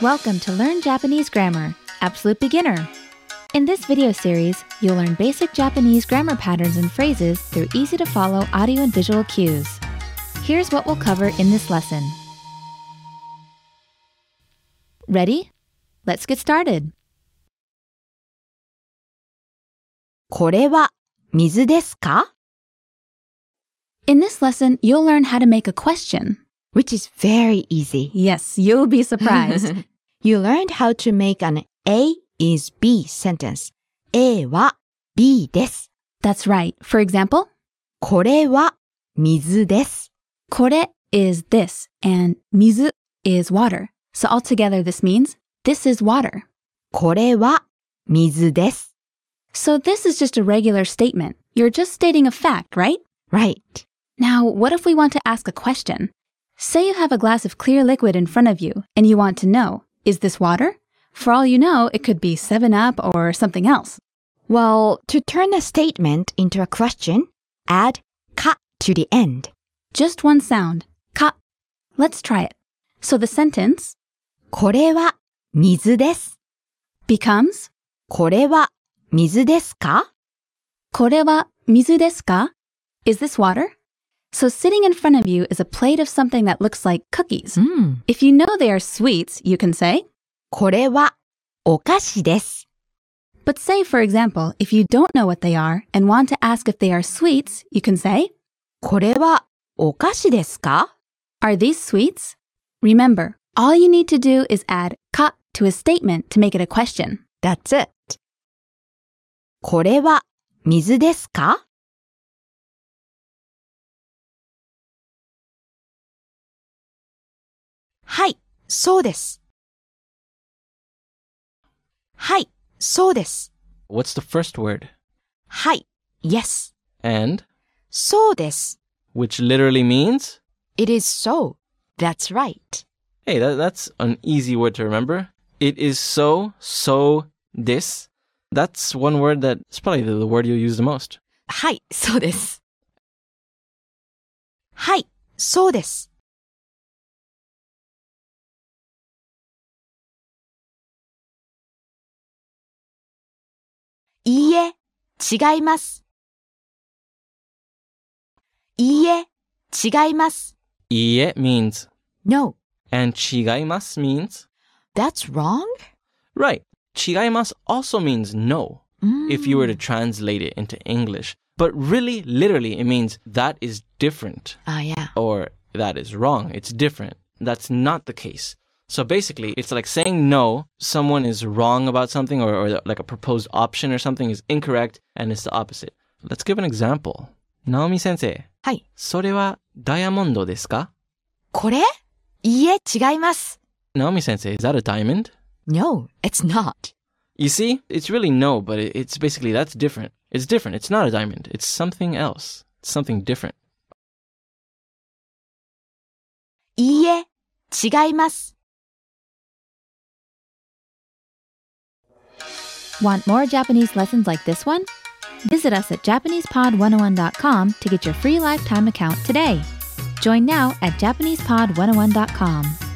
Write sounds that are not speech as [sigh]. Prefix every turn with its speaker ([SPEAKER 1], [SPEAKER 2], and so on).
[SPEAKER 1] Welcome to Learn Japanese Grammar, Absolute Beginner. In this video series, you'll learn basic Japanese grammar patterns and phrases through easy to follow audio and visual cues. Here's what we'll cover in this lesson. Ready? Let's get started.
[SPEAKER 2] これは水ですか
[SPEAKER 1] In this lesson, you'll learn how to make a question.
[SPEAKER 2] ?Which is very easy.
[SPEAKER 1] Yes, you'll be
[SPEAKER 2] [laughs]
[SPEAKER 1] surprised.
[SPEAKER 2] you learned how to make an A is B sentence. A は B です。
[SPEAKER 1] That's right. For example,
[SPEAKER 2] これは水です。
[SPEAKER 1] Kore is this and mizu is water. So altogether this means this is water.
[SPEAKER 2] これは水です。
[SPEAKER 1] So this is just a regular statement. You're just stating a fact, right?
[SPEAKER 2] Right.
[SPEAKER 1] Now, what if we want to ask a question? Say you have a glass of clear liquid in front of you and you want to know, is this water? For all you know, it could be 7 up or something else.
[SPEAKER 2] Well, to turn a statement into a question, add か to the end.
[SPEAKER 1] Just one sound. Ka. Let's try it. So the sentence
[SPEAKER 2] これは水です。
[SPEAKER 1] becomes
[SPEAKER 2] これは水ですか
[SPEAKER 1] Kore wa mizu desu ka? Is this water? So sitting in front of you is a plate of something that looks like cookies.
[SPEAKER 2] ん。
[SPEAKER 1] If you know they are sweets, you can say.
[SPEAKER 2] これはお菓子です。
[SPEAKER 1] But say, for example, if you don't know what they are and want to ask if they are sweets, you can say,
[SPEAKER 2] これはお菓子ですか
[SPEAKER 1] Are these sweets? Remember, all you need to do is add ka to a statement to make it a question.
[SPEAKER 2] That's it. これは水ですかはい、そうです。はい、そうです。
[SPEAKER 3] What's the first word?
[SPEAKER 2] はい、yes.
[SPEAKER 3] And,
[SPEAKER 2] そうです。
[SPEAKER 3] which literally means?
[SPEAKER 2] It is so. That's right.
[SPEAKER 3] Hey, that, that's an easy word to remember. It is so, so, this. That's one word that's probably the, the word you'll use the most.
[SPEAKER 2] はい、そうです。はい、そうです。いいえ、違います。いいえ、違います。
[SPEAKER 3] Ie means,
[SPEAKER 2] No,
[SPEAKER 3] and chigaimas means?
[SPEAKER 2] that's wrong?
[SPEAKER 3] Right. Chigaimas also means no, if you were to translate it into English. But really, literally, it means that is different.
[SPEAKER 2] Ah, yeah.
[SPEAKER 3] or that is wrong. It's different. That's not the case. So basically, it's like saying no, someone is wrong about something, or, or like a proposed option or something is incorrect, and it's the opposite. Let's give an example. Naomi sensei,
[SPEAKER 2] はい。
[SPEAKER 3] それはダイヤモンドですか
[SPEAKER 2] これいいえ、違います。
[SPEAKER 3] Naomi sensei, is that a diamond?
[SPEAKER 2] No, it's not.
[SPEAKER 3] You see, it's really no, but it, it's basically that's different. It's different. It's not a diamond. It's something else. It's something different.
[SPEAKER 2] いいえ、違います。
[SPEAKER 1] Want more Japanese lessons like this one? Visit us at JapanesePod101.com to get your free lifetime account today. Join now at JapanesePod101.com.